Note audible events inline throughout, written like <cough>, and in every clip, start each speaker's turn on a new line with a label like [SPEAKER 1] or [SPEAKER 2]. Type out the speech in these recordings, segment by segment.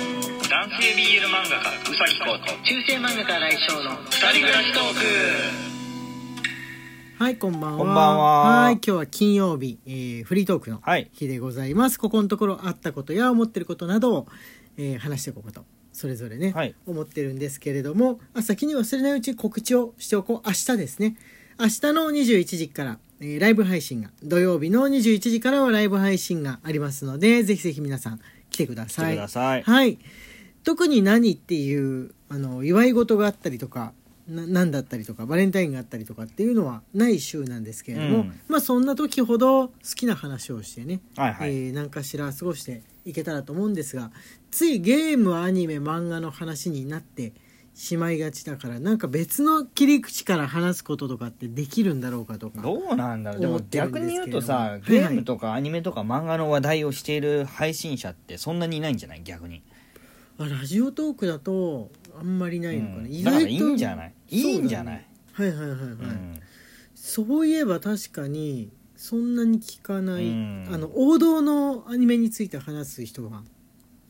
[SPEAKER 1] 男性 BL 漫画家うさぎこと
[SPEAKER 2] 中世漫画家来翔の
[SPEAKER 1] 二人暮らしトーク
[SPEAKER 2] はいこんばんは
[SPEAKER 3] こんばんはい
[SPEAKER 2] 今日は金曜日、えーフリートークの
[SPEAKER 3] はい
[SPEAKER 2] 日でございます、ここのところあったことや思ってることなどを、えー話していこうことそれぞれね、
[SPEAKER 3] はい
[SPEAKER 2] 思ってるんですけれどもあ先に忘れないうちに告知をしておこう明日ですね明日の21時から、えーライブ配信が土曜日の21時からはライブ配信がありますのでぜひぜひ皆さん来てくだ
[SPEAKER 3] 来
[SPEAKER 2] さ
[SPEAKER 3] て
[SPEAKER 2] い
[SPEAKER 3] ください。
[SPEAKER 2] はい、特に何っていうあの祝い事があったりとかな何だったりとかバレンタインがあったりとかっていうのはない週なんですけれども、
[SPEAKER 3] うん
[SPEAKER 2] まあそんな時ほど好きな話をしてね、
[SPEAKER 3] はいはい
[SPEAKER 2] えー何かしら過ごしていけたらと思うんですがついゲームアニメ漫画の話になってしまいがちだからなんか別の切り口から話すこととかってできるんだろうかとか
[SPEAKER 3] どうなんだろうで
[SPEAKER 2] 思っ
[SPEAKER 3] も
[SPEAKER 2] てるんです
[SPEAKER 3] 逆
[SPEAKER 2] けれど
[SPEAKER 3] に言うと
[SPEAKER 2] はいは
[SPEAKER 3] さ
[SPEAKER 2] い
[SPEAKER 3] ゲームとかアニメとか漫画の話題をしている配信者ってそんなにいないんじゃない逆に、
[SPEAKER 2] あラジオトークだとあんまりな
[SPEAKER 3] う
[SPEAKER 2] いのかな、
[SPEAKER 3] ん、だからいいんじゃないいいんじゃない、
[SPEAKER 2] はいはいはいはい、
[SPEAKER 3] うん
[SPEAKER 2] そういえば確かにそんなに聞かない、
[SPEAKER 3] うん
[SPEAKER 2] あの王道のアニメについて話す人が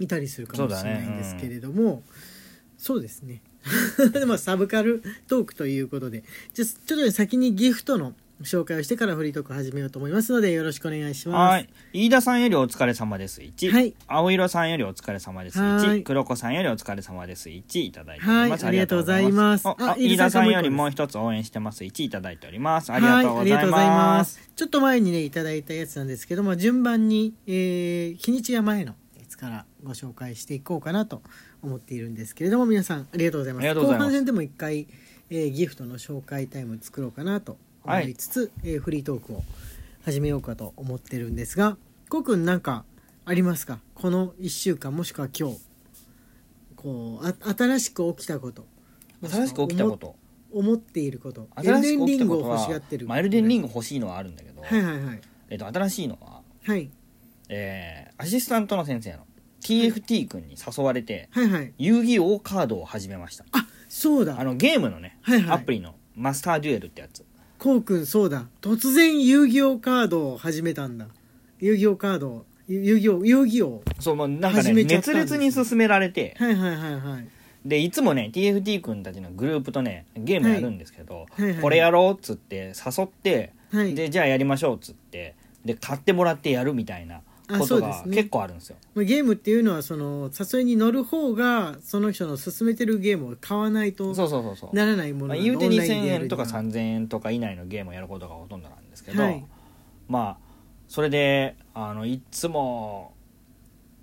[SPEAKER 2] いたりするかもしれない
[SPEAKER 3] そうだね
[SPEAKER 2] んですけれどもそう,、です
[SPEAKER 3] <laughs>
[SPEAKER 2] ねでもサブカルトークということでじゃあちょっと先にギフトの紹介をしてからフリートーク始めようと思いますのでよろしくお願いします
[SPEAKER 3] はい飯田さんよりお疲れ様です1、
[SPEAKER 2] はい
[SPEAKER 3] 青色さんよりお疲れ様です
[SPEAKER 2] は
[SPEAKER 3] 1
[SPEAKER 2] い
[SPEAKER 3] 黒子さんよりお疲れ様です1いただいております、
[SPEAKER 2] はいありがとうございます
[SPEAKER 3] ああ
[SPEAKER 2] あ飯
[SPEAKER 3] 飯
[SPEAKER 2] 田
[SPEAKER 3] 田
[SPEAKER 2] さ
[SPEAKER 3] さ
[SPEAKER 2] んもう一個
[SPEAKER 3] んよりもう一つ応援してます1いただいておりますありがとうございます,、
[SPEAKER 2] はちょっと前にねいただいたやつなんですけども順番に、えー日にちが前のやつからご紹介していこうかなと思っているんですけれども皆さんありがとうございま
[SPEAKER 3] あり
[SPEAKER 2] す
[SPEAKER 3] がとうご
[SPEAKER 2] 後
[SPEAKER 3] ざいます
[SPEAKER 2] 半戦でも一回、えーギフトの紹介タイム作ろうかなと思いつつ、えーフリートークを始めようかと思ってるんですがこうくんなんかありますかこの1週間もしくは今日こうあ新しく起きたこと
[SPEAKER 3] 新しく起きたこと
[SPEAKER 2] 思っていることエル
[SPEAKER 3] 新
[SPEAKER 2] デ
[SPEAKER 3] し
[SPEAKER 2] ン
[SPEAKER 3] く起
[SPEAKER 2] リ
[SPEAKER 3] き
[SPEAKER 2] ン
[SPEAKER 3] た
[SPEAKER 2] グ
[SPEAKER 3] こ
[SPEAKER 2] を
[SPEAKER 3] と
[SPEAKER 2] 欲しが
[SPEAKER 3] は
[SPEAKER 2] ってる
[SPEAKER 3] まあエルデンリング欲しいのはあるんだけど、
[SPEAKER 2] はいはいはい
[SPEAKER 3] えっと新しいのは
[SPEAKER 2] はい
[SPEAKER 3] えーアシスタントの先生の TFT 君に誘われて、
[SPEAKER 2] はいはい
[SPEAKER 3] 遊戯王カードを始めました
[SPEAKER 2] あそう
[SPEAKER 3] あ
[SPEAKER 2] だ
[SPEAKER 3] のゲームのね、
[SPEAKER 2] はいはい
[SPEAKER 3] アプリのマスターデュエルってやつ
[SPEAKER 2] こうくんそうだ突然遊戯王カードを始めたんだ遊戯王カードをゆ遊戯王遊戯王
[SPEAKER 3] そうもうなんか
[SPEAKER 2] 始
[SPEAKER 3] ね
[SPEAKER 2] めちゃった
[SPEAKER 3] 熱
[SPEAKER 2] んです
[SPEAKER 3] 烈に勧められて
[SPEAKER 2] はいはいはいはい
[SPEAKER 3] でいつもね TFT 君たちのグループとねゲームやるんですけど、
[SPEAKER 2] いはいはい
[SPEAKER 3] これやろうっつって誘って、
[SPEAKER 2] はい
[SPEAKER 3] でじゃあやりましょうっつってで買ってもらってやるみたいなこ
[SPEAKER 2] あそう
[SPEAKER 3] と
[SPEAKER 2] で
[SPEAKER 3] が
[SPEAKER 2] すね
[SPEAKER 3] 結構あるんですよ
[SPEAKER 2] まあゲームっていうのはその誘いに乗る方がその人の勧めてるゲームを買わない
[SPEAKER 3] そう,、
[SPEAKER 2] と
[SPEAKER 3] そうそうそう
[SPEAKER 2] ならないもの
[SPEAKER 3] まあ、
[SPEAKER 2] なんで
[SPEAKER 3] 言うて
[SPEAKER 2] オンライン
[SPEAKER 3] 2000
[SPEAKER 2] でやる
[SPEAKER 3] 円
[SPEAKER 2] に
[SPEAKER 3] とか
[SPEAKER 2] は
[SPEAKER 3] 3000円とか以内のゲームをやることがほとんどなんですけど、
[SPEAKER 2] はい
[SPEAKER 3] まあそれであのいつも、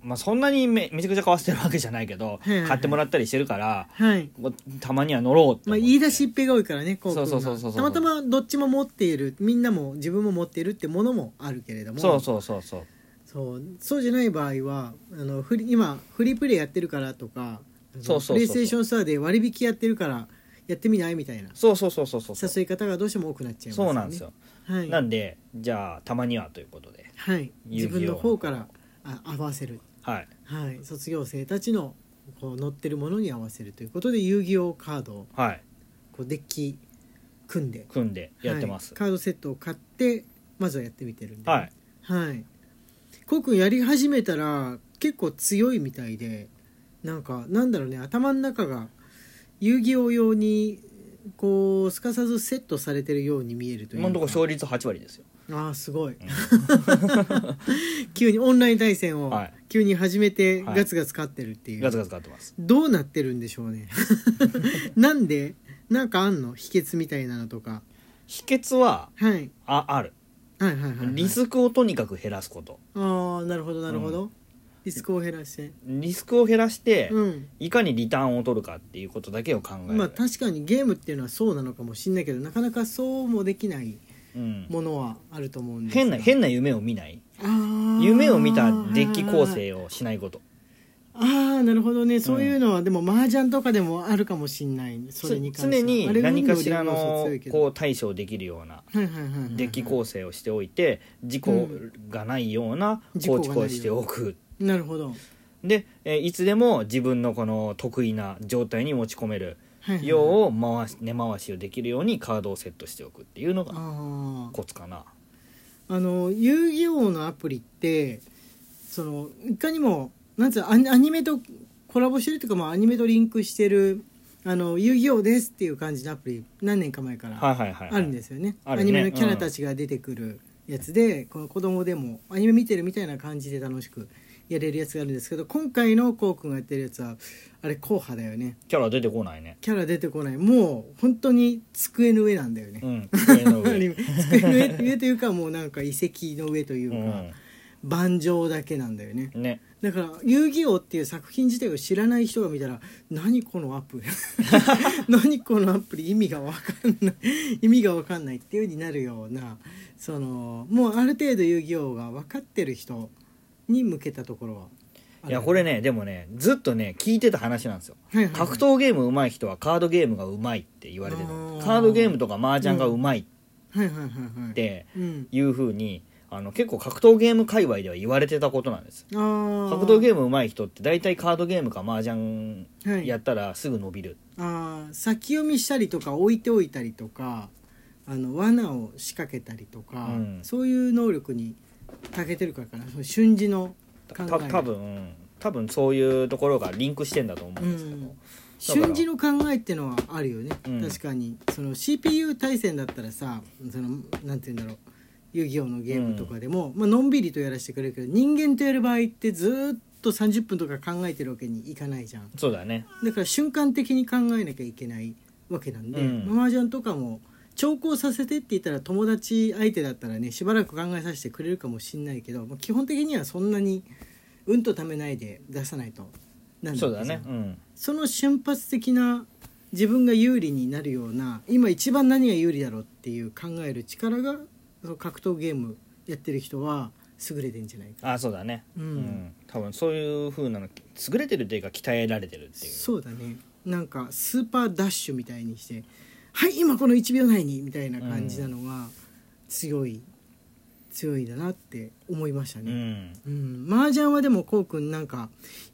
[SPEAKER 3] まあ、そんなにめめちゃくちゃ買わせてるわけじゃないけ
[SPEAKER 2] は
[SPEAKER 3] ど、
[SPEAKER 2] いはい
[SPEAKER 3] 買ってもらったりしてるから
[SPEAKER 2] はい
[SPEAKER 3] もうたまには乗ろうって
[SPEAKER 2] ま
[SPEAKER 3] 思
[SPEAKER 2] あ、
[SPEAKER 3] って
[SPEAKER 2] 言い出しっぺが多いからねこうくん
[SPEAKER 3] そうそうそうそ
[SPEAKER 2] が
[SPEAKER 3] うそう
[SPEAKER 2] たまたまどっちも持っているみんなも自分も持っているってものもあるけれども
[SPEAKER 3] そうそうそうそう
[SPEAKER 2] そうそうじゃない場合はあのフリ今フリープレイやってるからとか
[SPEAKER 3] そうそうそうそう
[SPEAKER 2] プレイステーションストアで割引やってるからやってみないみたいな
[SPEAKER 3] そうそうそうそうそうそう
[SPEAKER 2] 誘い方がどうしても多くなっちゃいますよね
[SPEAKER 3] なんですよ、
[SPEAKER 2] はい、
[SPEAKER 3] なんでじゃあたまにはということで
[SPEAKER 2] はい、自
[SPEAKER 3] 遊戯
[SPEAKER 2] 分の
[SPEAKER 3] 王
[SPEAKER 2] 方からあ合わせる、
[SPEAKER 3] はい
[SPEAKER 2] はい、卒業生たちのこう乗ってるものに合わせるということで遊戯王カードを
[SPEAKER 3] はい
[SPEAKER 2] こうデッキ組んで
[SPEAKER 3] 組んでやってます
[SPEAKER 2] はい、カードセットを買ってまずはやってみてるんで
[SPEAKER 3] はい、
[SPEAKER 2] はい。こうくんやり始めたら結構強いみたいで、なんかなんだろうね頭の中が遊戯王用にこうすかさずセットされてるように見えるという
[SPEAKER 3] 今
[SPEAKER 2] か。
[SPEAKER 3] のところ勝率8割ですよ
[SPEAKER 2] ああすごい。 <laughs> 急にオンライン対戦を
[SPEAKER 3] はい
[SPEAKER 2] 急に始めて
[SPEAKER 3] はい
[SPEAKER 2] ガツガツ勝ってるっていう。
[SPEAKER 3] ガツガツ買ってます
[SPEAKER 2] どうなってるんでしょうね。 <laughs> なんでなんかあんの秘訣みたいなのとか。
[SPEAKER 3] 秘訣は
[SPEAKER 2] はい。
[SPEAKER 3] あある
[SPEAKER 2] はいはいはいはい、
[SPEAKER 3] リスクをとにかく減らすこと
[SPEAKER 2] ああなるほどなるほど、
[SPEAKER 3] う
[SPEAKER 2] リスクを減らして
[SPEAKER 3] リスクを減らして、
[SPEAKER 2] うん
[SPEAKER 3] いかにリターンを取るかっていうことだけを考える、
[SPEAKER 2] まあ確かにゲームっていうのはそうなのかもしれないけどなかなかそうもできない
[SPEAKER 3] うん、
[SPEAKER 2] ものはあると思うんです
[SPEAKER 3] 変な変な夢を見ない
[SPEAKER 2] な
[SPEAKER 3] 夢を見たデッキ構成をしないこと
[SPEAKER 2] あーなるほどねそういうのは、でも麻雀とかでもあるかもしれないそれに関しては
[SPEAKER 3] 常
[SPEAKER 2] あれは
[SPEAKER 3] に何かしら
[SPEAKER 2] 運
[SPEAKER 3] の
[SPEAKER 2] の要素強いけど
[SPEAKER 3] こう対処できるような
[SPEAKER 2] はいはいはいはい
[SPEAKER 3] デッキ構成をしておいて事故がないような
[SPEAKER 2] うん
[SPEAKER 3] 構築をしておく
[SPEAKER 2] なるほど、はい
[SPEAKER 3] で、えーいつでも自分のこの得意な状態に持ち込める
[SPEAKER 2] はいはい
[SPEAKER 3] よう回し根回しをできるようにカードをセットしておくっていうのが
[SPEAKER 2] あー
[SPEAKER 3] コツかな
[SPEAKER 2] あの遊戯王のアプリってそのいかにもなんつうのアニアニメとコラボしてるというか、まあ、アニメとリンクしてる「あの遊戯王です」っていう感じのアプリ何年か前から
[SPEAKER 3] はいはいはい、
[SPEAKER 2] あるんですよね,、
[SPEAKER 3] ある
[SPEAKER 2] ア
[SPEAKER 3] ね
[SPEAKER 2] ニメのキャラたちが出てくるやつで、この子供でもアニメ見てるみたいな感じで楽しくやれるやつがあるんですけど今回のこうくんがやってるやつはあれ硬派だよね
[SPEAKER 3] キャラ出てこないね
[SPEAKER 2] キャラ出てこないもう本当に机の上なんだよね
[SPEAKER 3] う、ん机の
[SPEAKER 2] アニ
[SPEAKER 3] 上
[SPEAKER 2] メ机の上 <laughs> 上というかもうなんか遺跡の上という
[SPEAKER 3] う
[SPEAKER 2] か、
[SPEAKER 3] ん
[SPEAKER 2] 盤上だけなんだよね
[SPEAKER 3] ね
[SPEAKER 2] だから「遊戯王」っていう作品自体を知らない人が見たら「何このアプリ <laughs> 何このアプリ意味が分かんない意味が分かんない」っていう風になるようなそのもうある程度「遊戯王」が分かってる人に向けたところはあ
[SPEAKER 3] い
[SPEAKER 2] る
[SPEAKER 3] やこれねでもねずっとね聞いてた話なんですよ
[SPEAKER 2] はいはいはい
[SPEAKER 3] 格闘ゲーム上手い人はカードゲームが上手いって言われてる
[SPEAKER 2] あー
[SPEAKER 3] カードゲームとか麻雀が上手いっ
[SPEAKER 2] はいはいはいはい
[SPEAKER 3] て
[SPEAKER 2] うん、
[SPEAKER 3] いうふうにあの結構格闘ゲーム界隈では言われてたことなんです
[SPEAKER 2] あ
[SPEAKER 3] 格闘
[SPEAKER 2] ー
[SPEAKER 3] ゲーム上手い人って大体カードゲームか麻雀
[SPEAKER 2] はい
[SPEAKER 3] やったらすぐ伸びる、
[SPEAKER 2] あー先読みしたりとか置いておいたりとかあの罠を仕掛けたりとか、
[SPEAKER 3] うん
[SPEAKER 2] そういう能力に長けてるからかなその瞬時の考
[SPEAKER 3] た
[SPEAKER 2] え
[SPEAKER 3] た多分多分そういうところがリンクしてんだと思うんですけど、
[SPEAKER 2] うん瞬時の考えってのはあるよね、
[SPEAKER 3] うん
[SPEAKER 2] 確かにその CPU 対戦だったらさそのなんて言うんだろう遊戯王のゲームとかでも、まあのんびりとやらせてくれるけど人間とやる場合ってずーっと30分とか考えてるわけにいかないじゃん
[SPEAKER 3] そうだね
[SPEAKER 2] だから瞬間的に考えなきゃいけないわけなんで、
[SPEAKER 3] うん
[SPEAKER 2] マージャンとかも調校させてって言ったら友達相手だったらねしばらく考えさせてくれるかもしんないけど、まあ、基本的にはそんなにうんとためないで出さないとなん
[SPEAKER 3] そうだ
[SPEAKER 2] じゃ
[SPEAKER 3] ね
[SPEAKER 2] ん
[SPEAKER 3] うん
[SPEAKER 2] その瞬発的な自分が有利になるような今一番何が有利だろうっていう考える力がその格闘ゲームやってる人は優れてんじゃないか
[SPEAKER 3] あそうだね
[SPEAKER 2] うん
[SPEAKER 3] 多分そういうふうなの優れてるっていうか鍛えられてるっていう
[SPEAKER 2] そうだねなんかスーパーダッシュみたいにして「はい今この1秒内に」みたいな感じなのが強い、強いだなって思いました
[SPEAKER 3] う
[SPEAKER 2] ね。
[SPEAKER 3] ん
[SPEAKER 2] うん、麻雀はでもこうくんなんか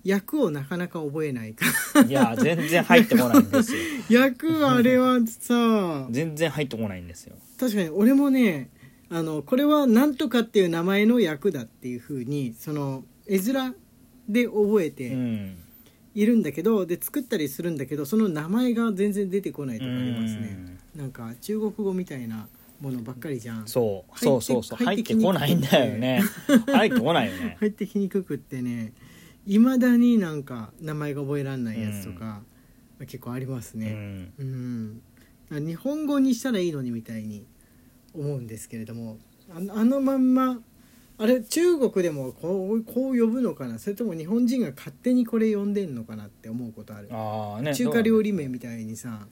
[SPEAKER 2] 役をなかなか覚えないから <laughs>
[SPEAKER 3] いや全然入ってこないんですよ
[SPEAKER 2] 役あれはさ
[SPEAKER 3] 全然入ってこないんですよ
[SPEAKER 2] 確かに俺もねあのこれはなんとかっていう名前の役だっていう風にその絵面で覚え
[SPEAKER 3] う
[SPEAKER 2] て
[SPEAKER 3] ん
[SPEAKER 2] いるんだけど、で作ったりするんだけどその名前が全然出てこないとかありますねなんか中国語みたいなものばっかりじゃん
[SPEAKER 3] そうそうそうそう
[SPEAKER 2] 入
[SPEAKER 3] 入
[SPEAKER 2] っ
[SPEAKER 3] っててこないんだ
[SPEAKER 2] <laughs>
[SPEAKER 3] よね入ってこないよね
[SPEAKER 2] 入ってきにくくってねいまだになんか名前が覚えられないやつとか、まあ結構あります
[SPEAKER 3] う
[SPEAKER 2] ね
[SPEAKER 3] ん
[SPEAKER 2] うん、日本語にしたらいいのにみたいに思うんですけれどもあのあのまんまあれ中国でもこうこう呼ぶのかなそれとも日本人が勝手にこれ呼んでんのかなって思うことある
[SPEAKER 3] ああね
[SPEAKER 2] 中華料理名みたいにさ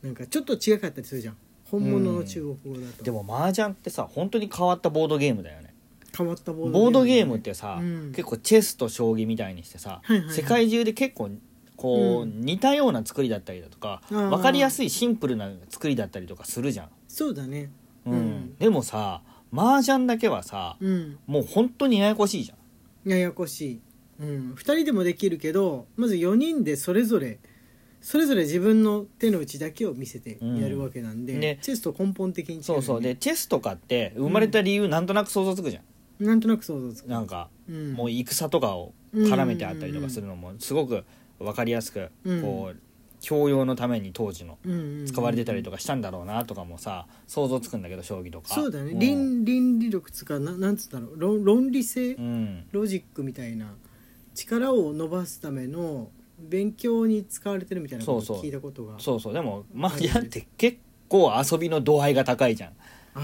[SPEAKER 2] なんかちょっと違かったりするじゃん本物の中国語だと
[SPEAKER 3] でも麻雀ってさ本当に変わったボードゲームだよね
[SPEAKER 2] 変わったボード
[SPEAKER 3] ボードゲームってさ、
[SPEAKER 2] うん
[SPEAKER 3] 結構チェスと将棋みたいにしてさ、
[SPEAKER 2] はいはいはい
[SPEAKER 3] 世界中で結構こう、
[SPEAKER 2] う
[SPEAKER 3] 似たような作りだったりだとか
[SPEAKER 2] あー
[SPEAKER 3] 分かりやすいシンプルな作りだったりとかするじゃん、
[SPEAKER 2] そうだね
[SPEAKER 3] うん
[SPEAKER 2] うん
[SPEAKER 3] でもさ麻雀だけはさ、
[SPEAKER 2] うん
[SPEAKER 3] もう本当にややこしいじゃん
[SPEAKER 2] ややこしい、うん、2人でもできるけどまず4人でそれぞれそれぞれ自分の手の内だけを見せてやるわけなんで、
[SPEAKER 3] うんね
[SPEAKER 2] チェスと根本的に違うよね
[SPEAKER 3] そうそうでチェスとかって生まれた理由なんとなく想像つくじゃん、
[SPEAKER 2] なんとなく想像つく
[SPEAKER 3] なんか
[SPEAKER 2] うん
[SPEAKER 3] もう戦とかを絡めてあったりとかするのもすごく分かりやすく
[SPEAKER 2] うん
[SPEAKER 3] こう教養のために当時の
[SPEAKER 2] うんうんうん
[SPEAKER 3] 使われてたりとかしたんだろうなとかもさ想像つくんだけど将棋とか
[SPEAKER 2] そうだね、
[SPEAKER 3] ん
[SPEAKER 2] 倫倫理力つうかななんつったろう論論理性、
[SPEAKER 3] うん
[SPEAKER 2] ロジックみたいな力を伸ばすための勉強に使われてるみたいなこと
[SPEAKER 3] そう
[SPEAKER 2] を
[SPEAKER 3] そう
[SPEAKER 2] 聞いたことが
[SPEAKER 3] そうそうでもマ
[SPEAKER 2] は
[SPEAKER 3] ー
[SPEAKER 2] い
[SPEAKER 3] ジャンって結構遊びの度合いが高いじゃん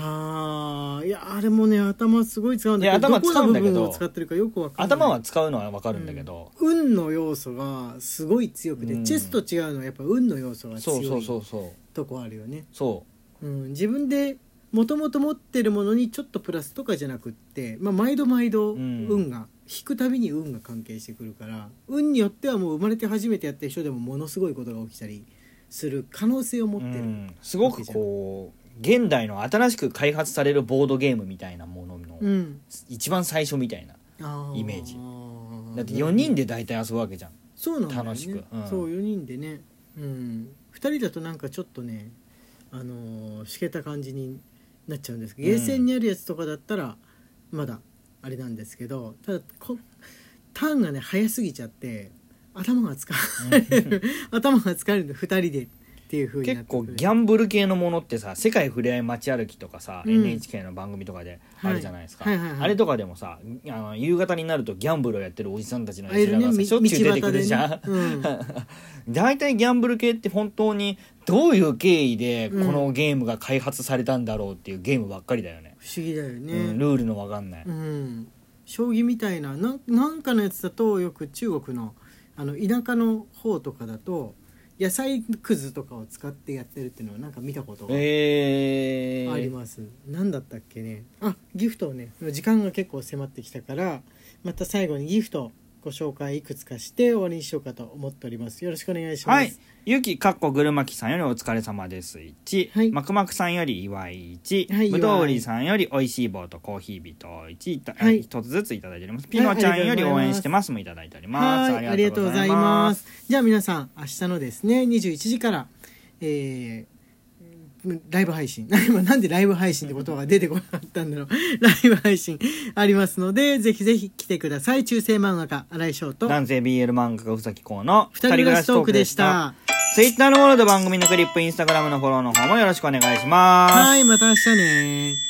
[SPEAKER 2] ああいやあれもね頭すごい使うんだけど
[SPEAKER 3] いや頭使うんだけど
[SPEAKER 2] この部分を使ってるかよくわかんない
[SPEAKER 3] 頭は使うのは分かるんだけど、
[SPEAKER 2] 運の要素がすごい強くて、
[SPEAKER 3] うん
[SPEAKER 2] チェスと違うのはやっぱ運の要素が
[SPEAKER 3] そうそ
[SPEAKER 2] 強
[SPEAKER 3] うそ
[SPEAKER 2] いう
[SPEAKER 3] そう
[SPEAKER 2] とこあるよね、
[SPEAKER 3] そ
[SPEAKER 2] うん、自分でもともと持ってるものにちょっとプラスとかじゃなくって、まあ、毎度毎度
[SPEAKER 3] うん
[SPEAKER 2] 運が、引くたびに運が関係してくるから運によってはもう生まれて初めてやった人でもものすごいことが起きたりする可能性を持
[SPEAKER 3] う、
[SPEAKER 2] って
[SPEAKER 3] う
[SPEAKER 2] る、
[SPEAKER 3] んすごくこう現代の新しく開発されるボードゲームみたいなものの
[SPEAKER 2] うん
[SPEAKER 3] 一番最初みたいな
[SPEAKER 2] あ
[SPEAKER 3] イメージだって4
[SPEAKER 2] 4
[SPEAKER 3] 人で大体遊ぶわけじゃん
[SPEAKER 2] そうなんだよね
[SPEAKER 3] 楽しくうん
[SPEAKER 2] そう4人でね、うん、2人だとなんかちょっとねあのーしけた感じになっちゃうんですけど
[SPEAKER 3] うん
[SPEAKER 2] ゲーセンにあるやつとかだったらまだあれなんですけどただこターンがね早すぎちゃって頭が疲れる <laughs> 頭が疲れるんで2人でっていう風にな
[SPEAKER 3] 結
[SPEAKER 2] ってく
[SPEAKER 3] 構
[SPEAKER 2] る
[SPEAKER 3] ギャンブル系のものってさ「世界ふれあい街歩き」とかさ、
[SPEAKER 2] うん
[SPEAKER 3] NHK の番組とかであるじゃないですか、
[SPEAKER 2] はいはいはいはい
[SPEAKER 3] あれとかかでもさあの夕方になるとギャンブルをやってるおじさんたちの
[SPEAKER 2] あい
[SPEAKER 3] 絵
[SPEAKER 2] る
[SPEAKER 3] 面
[SPEAKER 2] ね
[SPEAKER 3] がさ
[SPEAKER 2] み
[SPEAKER 3] しょっちゅう出てくるじゃん、
[SPEAKER 2] 道端でねうん
[SPEAKER 3] <laughs> 大体ギャンブル系って本当にどういう経緯でこのゲームが開発されたんだろうっていうゲームばっかりだよね、
[SPEAKER 2] 不思議だよね、
[SPEAKER 3] うんルールのわかんない、
[SPEAKER 2] うん、将棋みたいななんなんかのやつだとよく中国のあの田舎の方とかだと野菜くずとかを使ってやってるっていうのはなんか見たことが
[SPEAKER 3] えー、
[SPEAKER 2] あります、何だったっけねあギフトをね時間が結構迫ってきたからまた最後にギフトご紹介いくつかして終わりにしようかと思っておりますよろしくお願いします、
[SPEAKER 3] はい。ゆきかっこぐるまきさんよりお疲れ様です。1。
[SPEAKER 2] はい
[SPEAKER 3] まくまくさんより岩井1。
[SPEAKER 2] はい
[SPEAKER 3] ぶどうりさんよりおいしい棒とコーヒー人1。いた
[SPEAKER 2] はい
[SPEAKER 3] 一つずついただいております。ピノちゃんより応援してますもいただいております。
[SPEAKER 2] はい、ありがとうございます。じゃあ皆さん明日のですね21時から、えーライブ配信 <laughs> 今なんでライブ配信って言葉が出てこなかったんだろう <laughs> ライブ配信ありますのでぜひぜひ来てください中世漫画家新井翔と
[SPEAKER 3] 男性 BL 漫画家ふさきこうの
[SPEAKER 2] 二人暮らしトークでし。た
[SPEAKER 3] ツイッターのフォローと番組のクリップ、インスタグラムのフォローの方もよろしくお願いします。
[SPEAKER 2] はいまた明日ね